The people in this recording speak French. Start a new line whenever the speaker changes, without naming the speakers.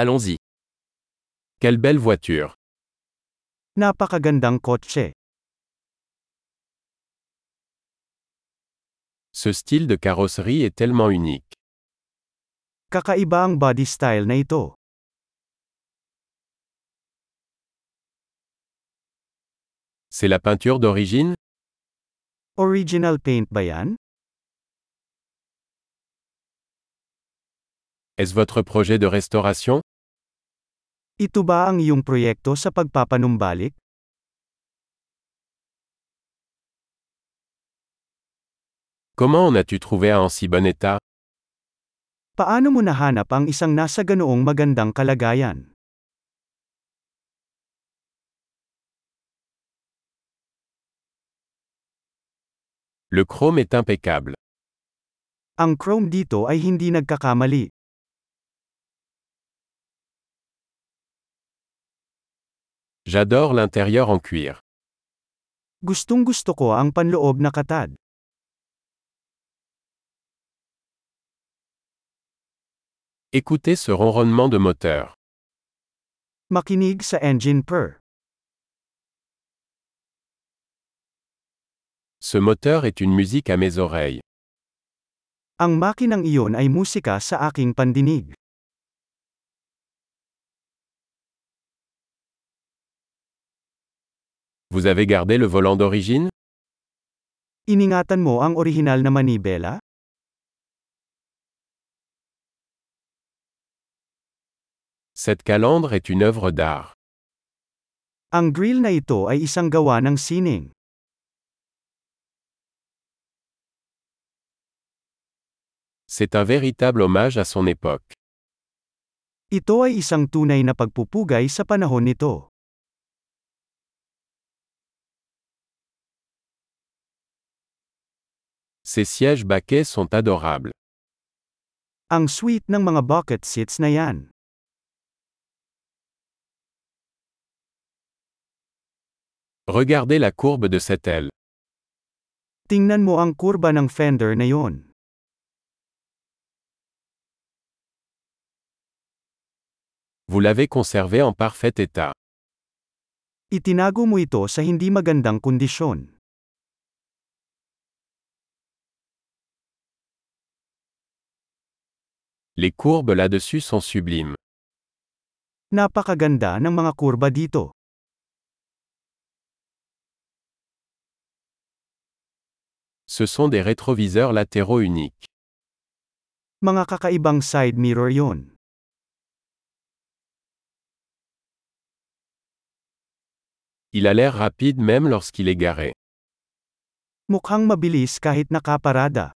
Allons-y. Quelle belle voiture.
Napakagandang kotse.
Ce style de carrosserie est tellement unique.
Kakaiba ang body style na ito.
C'est la peinture d'origine
Original paint ba yan?
Est-ce votre projet de restauration
Ito ba ang iyong proyekto sa pagpapanumbalik?
Comment en as-tu trouvé un en si bon état
Paano mo nahanap ang isang nasa ganoong magandang kalagayan?
Le chrome est impeccable.
Ang chrome dito ay hindi nagkakamali.
J'adore l'intérieur en cuir.
Gustong gusto ko ang panloob na katad.
Écoutez ce ronronnement de moteur.
Makinig sa engine purr.
Ce moteur est une musique à mes oreilles.
Ang makinang iyon ay musika sa aking pandinig.
Vous avez gardé le volant d'origine
Iningatan mo ang orihinal na manibela?
Cette calandre est une œuvre d'art.
Ang grill na ito ay isang gawa ng sining.
C'est un véritable hommage à son époque.
Ito ay isang tunay na pagpupugay sa panahon nito.
Ces sièges baquets sont adorables.
Ang sweet ng mga bucket seats na yan.
Regardez la courbe de cette aile.
Tingnan mo ang kurba ng fender na yon.
Vous l'avez conservé en parfait état.
Itinago mo ito sa hindi magandang kondisyon.
Les courbes là-dessus sont sublimes.
Napakaganda ng mga kurba dito.
Ce sont des rétroviseurs latéraux uniques.
Mga kakaibang side mirror yon.
Il a l'air rapide même lorsqu'il est garé.
Mukhang mabilis kahit nakaparada.